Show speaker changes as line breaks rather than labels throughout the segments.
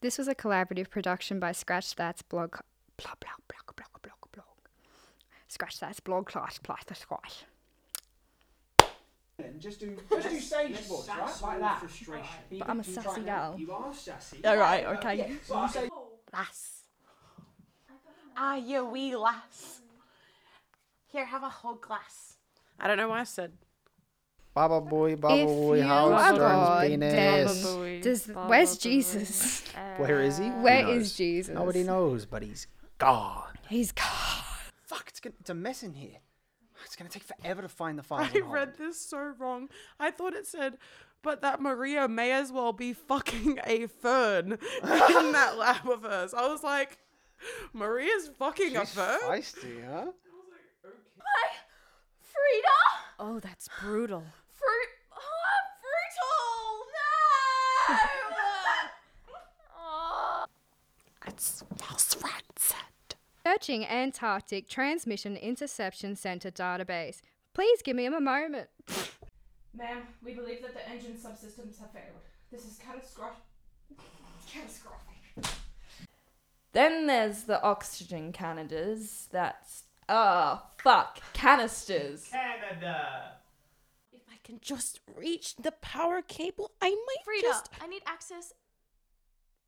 This was a collaborative production by Scratch That's Blog. Blog, blog, blog, blog, blog, blog. Scratch That's Blog Class, plus the squash.
Then just do just do stage voice, right? Like that.
Frustration.
You
But
can-
I'm a
you can
sassy
try now.
gal.
You are sassy.
All right, okay.
Yeah, so you say
Lass. Ah, you wee lass. Here, have a hug, lass. I don't know why I said.
Baba boy, baba
If
boy,
you
how
are God,
Stern's
then-
penis.
Does, where's Jesus?
Where is he? Who
Where is
knows?
Jesus?
Nobody knows, but he's gone.
He's gone.
Fuck, it's, gonna, it's a mess in here. It's gonna take forever to find the file.
I read this so wrong. I thought it said, but that Maria may as well be fucking a fern in that lab of hers. I was like, Maria's fucking a fern?
Feisty, huh?
Frida!
Oh, that's brutal.
Fruit. Oh, I'm brutal! No! oh.
It's false said.
Searching Antarctic Transmission Interception Center database. Please give me a moment.
Ma'am, we believe that the engine subsystems have failed. This is catastrophic. catastrophic.
Then there's the oxygen canisters. That's. Oh, fuck. Canisters.
Canada.
If I can just reach the power cable, I might
Frida,
just.
I need access.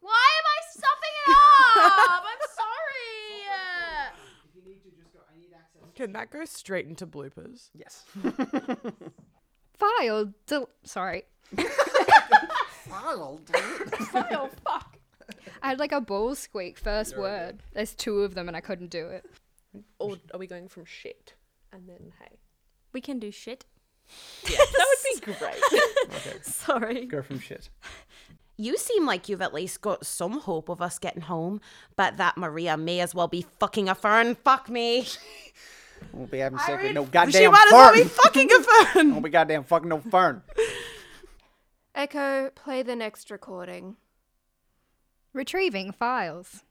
Why am I stuffing it up? I'm sorry.
Can that go straight into bloopers?
Yes.
File del- sorry.
Filed.
Oh fuck.
I had like a ball squeak first word. There's two of them and I couldn't do it.
Or are we going from shit and then hey?
We can do shit.
That would be great.
Sorry.
Go from shit.
You seem like you've at least got some hope of us getting home, but that Maria may as well be fucking a fern. Fuck me.
Won't be having sex with no
she
goddamn
might as well be
fern.
fucking a
Won't
fern.
be goddamn fucking no fern.
Echo, play the next recording.
Retrieving files.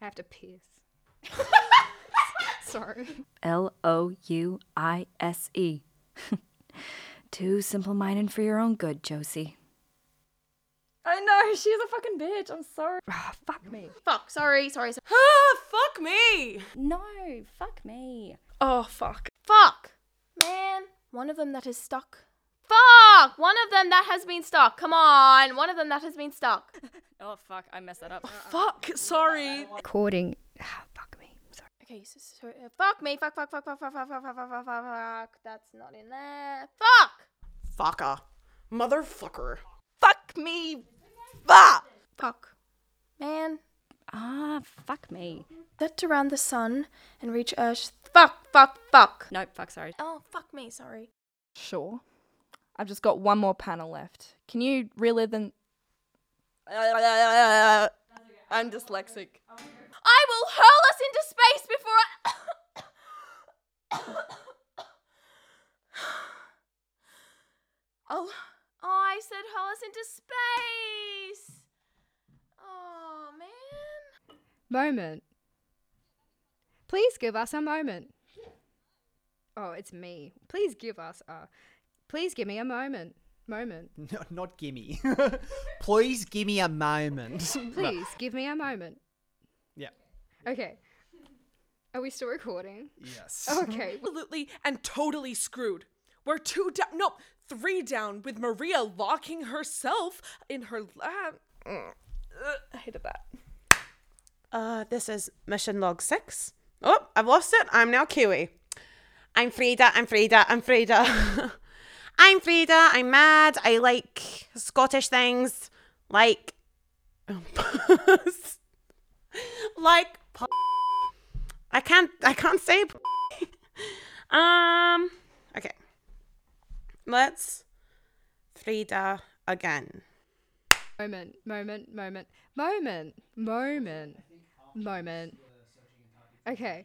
I have to piss. sorry.
L O U I S E. Too simple minded for your own good, Josie. I know, she's a fucking bitch. I'm sorry.
Ah, fuck me.
Fuck. Sorry. Sorry. sorry.
ah, fuck me.
No, fuck me.
oh fuck.
Fuck. Man.
One of them that is stuck.
Fuck. One of them that has been stuck. Come on. One of them that has been stuck.
Oh, fuck, I messed that up.
Uh-uh.
Fuck. Sorry.
Recording. Ah, fuck me. Sorry.
Okay. So, so, uh, fuck me. Fuck. Fuck. Fuck. Fuck. Fuck. Fuck. Fuck. Fuck. Fuck. Fuck. Fuck. Fuck. That's not in there. Fuck.
Fucker. Motherfucker.
Fuck me. Fuck. Fuck. Man.
Ah, fuck me.
That around the sun and reach Earth.
Fuck. Fuck. Fuck.
Nope, fuck, sorry.
Oh, fuck me. Sorry.
Sure. I've just got one more panel left. Can you relive and I'm dyslexic.
I will hurl us into space before I. oh. Oh, I said hurl us into space. Oh, man.
Moment. Please give us a moment. Oh, it's me. Please give us a. Please give me a moment. Moment.
No, not gimme. Please give me a moment.
Please give me a moment.
Yeah.
Okay. Are we still recording?
Yes.
Okay.
Absolutely and totally screwed. We're two down. No, three down with Maria locking herself in her lab.
I hated that.
Uh, this is mission log six. Oh, I've lost it. I'm now Kiwi. I'm Frida. I'm Frida. I'm Frida. I'm Frida. I'm mad. I like Scottish things, like like. p- I can't. I can't say. p- um. Okay. Let's Frida again.
Moment. Moment. Moment. Moment. Moment. Moment. Okay.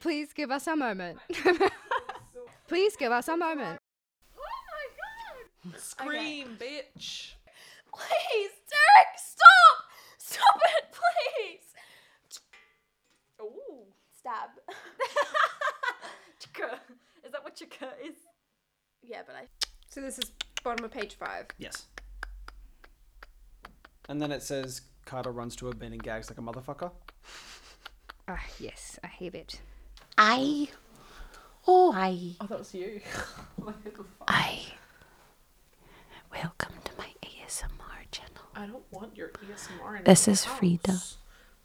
Please give us a moment. Please give us a moment.
Scream, bitch.
Please, Derek, stop. Stop it, please. Ooh. Stab.
Chika. Is that what chika is?
yeah, but I.
So this is bottom of page five.
Yes. And then it says Carter runs to a bin and gags like a motherfucker.
Ah, yes, I have it.
I. Oh, I.
Oh, that was you.
I. Welcome to my ASMR channel.
I don't want your E ESMR. In
This
my
is Frida.
house.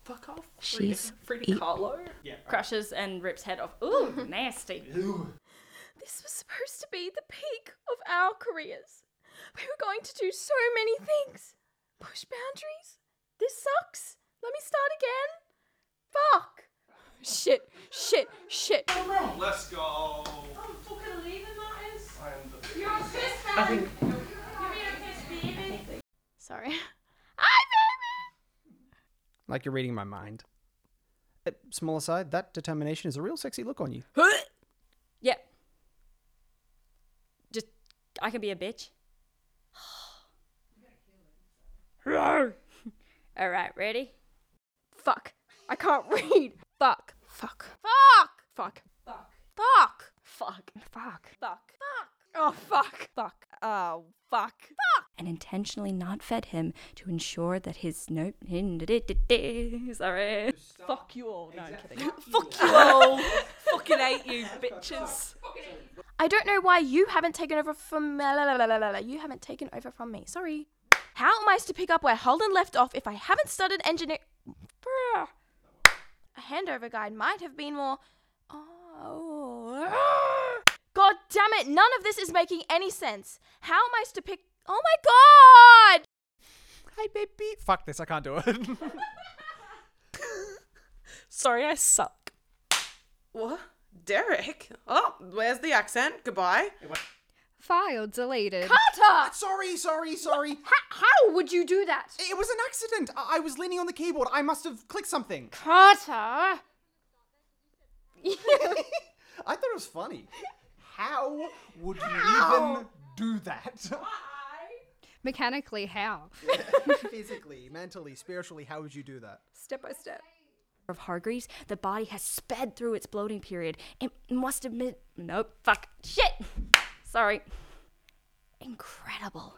Fuck off.
She's e-
Frida, Frida Kahlo.
Crushes and rips head off. Ooh, nasty.
This was supposed to be the peak of our careers. We were going to do so many things. Push boundaries. This sucks. Let me start again. Fuck.
Shit, shit, shit.
Let's go.
I'm fucking leaving, that is.
I am the
You're a piss man. You mean a piss baby?
Sorry. Hi, baby.
Like you're reading my mind. Eh, Small aside, that determination is a real sexy look on you.
Yep. Just, I can be a bitch. All right, ready?
Fuck. I can't read. Fuck. Fuck.
Fuck.
Fuck.
Fuck.
Fuck.
Fuck.
Fuck. Fuck. Oh, fuck. Fuck. Oh, fuck.
And intentionally not fed him to ensure that his no. Sorry.
Fuck you all. No, I'm kidding. Fuck you all. Fucking hate you, bitches.
I don't know why you haven't taken over from la, la, la, la, la, la. you haven't taken over from me. Sorry. How am I to pick up where Holden left off if I haven't studied engineer? Bruh. A handover guide might have been more. Oh. God damn it! None of this is making any sense. How am I to pick? Oh my god!
Hi, baby. Fuck this, I can't do it.
Sorry, I suck.
What? Derek? Oh, where's the accent? Goodbye.
File deleted.
Carter!
sorry, sorry, sorry.
How would you do that?
It was an accident. I-, I was leaning on the keyboard. I must have clicked something.
Carter!
I thought it was funny. How would you even do that?
Mechanically, how?
Physically, mentally, spiritually, how would you do that?
Step by step.
Of Hargreaves, the body has sped through its bloating period. It must have been. Nope. Fuck. Shit. Sorry. Incredible.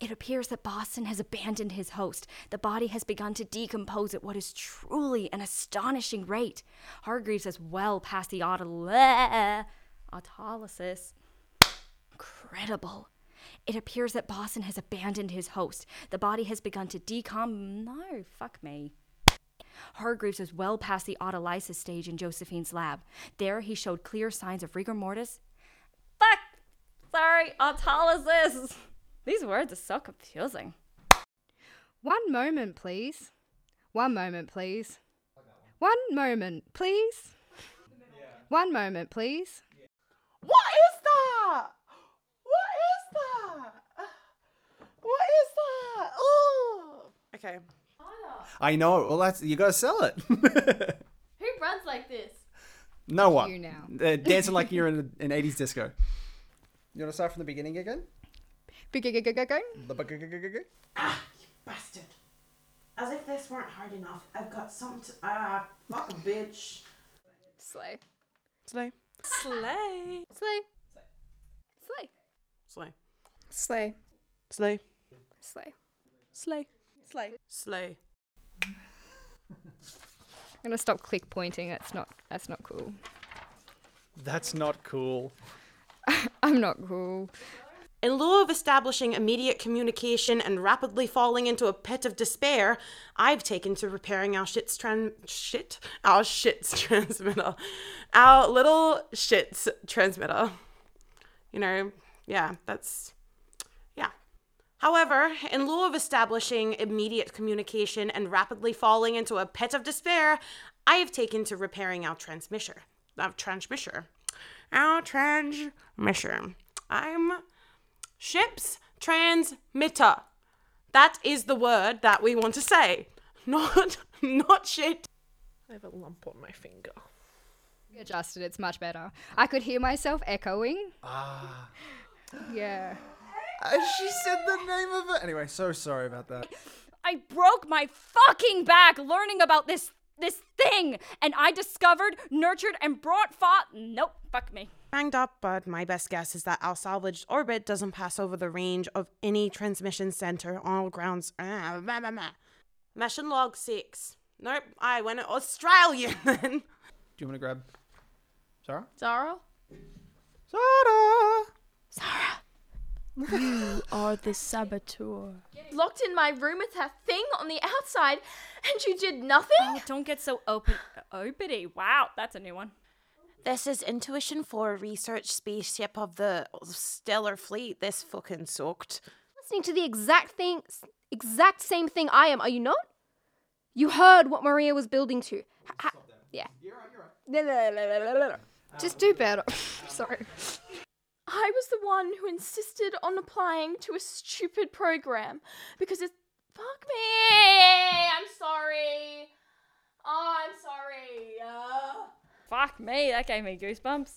It appears that Boston has abandoned his host. The body has begun to decompose at what is truly an astonishing rate. Hargreaves has well past the autoly- autolysis. Incredible. It appears that Boston has abandoned his host. The body has begun to decom. No, fuck me. Hargreaves was well past the autolysis stage in Josephine's lab. There, he showed clear signs of rigor mortis. Fuck! Sorry, autolysis! These words are so confusing.
One moment, please. One moment, please. One moment, please. One moment, please.
What is that? What is that? What is that? Oh. Okay.
I know. Well, that's you gotta sell it.
Who runs like this?
no one.
You now.
Uh, dancing like you're in an '80s disco. You wanna start from the beginning again?
Big-a-ga-ga-ga-ga.
The bu-
Bastard. As if this weren't hard enough, I've got something to. Ah, fuck bitch.
Slay.
Slay.
Slay.
Slay. Slay.
Slay.
Slay.
Slay.
Slay.
Slay. Slay.
Slay.
I'm gonna stop click pointing. That's not. That's not cool.
That's not cool.
I'm not cool.
In lieu of establishing immediate communication and rapidly falling into a pit of despair, I've taken to repairing our shit's tran shit our shit's transmitter, our little shit's transmitter. You know, yeah, that's yeah. However, in lieu of establishing immediate communication and rapidly falling into a pit of despair, I have taken to repairing our transmitter. Our transmitter. Our transmitter. I'm ships transmitter. That is the word that we want to say. Not not shit.
I have a lump on my finger.
Adjusted. It's much better. I could hear myself echoing. Ah. Yeah.
Uh, she said the name of it. Anyway, so sorry about that.
I broke my fucking back learning about this this thing, and I discovered, nurtured, and brought fought. Nope, fuck me.
Banged up, but my best guess is that our salvaged orbit doesn't pass over the range of any transmission center on all grounds. Ah, blah, blah, blah. Mission log six. Nope, I went Australian then.
Do you want me to grab Sarah?
Zara?
Sarah!
Or the saboteur.
Locked in my room with her thing on the outside, and you did nothing?
Oh, don't get so open. Opity. Wow, that's a new one.
This is Intuition 4 research spaceship of the Stellar Fleet. This fucking sucked.
listening to the exact thing, exact same thing I am. Are you not? You heard what Maria was building to. Ha- ha- yeah.
Just do better. Sorry.
I was the one who insisted on applying to a stupid program because it's. Fuck me! I'm sorry! Oh, I'm sorry! Uh...
Fuck me, that gave me goosebumps.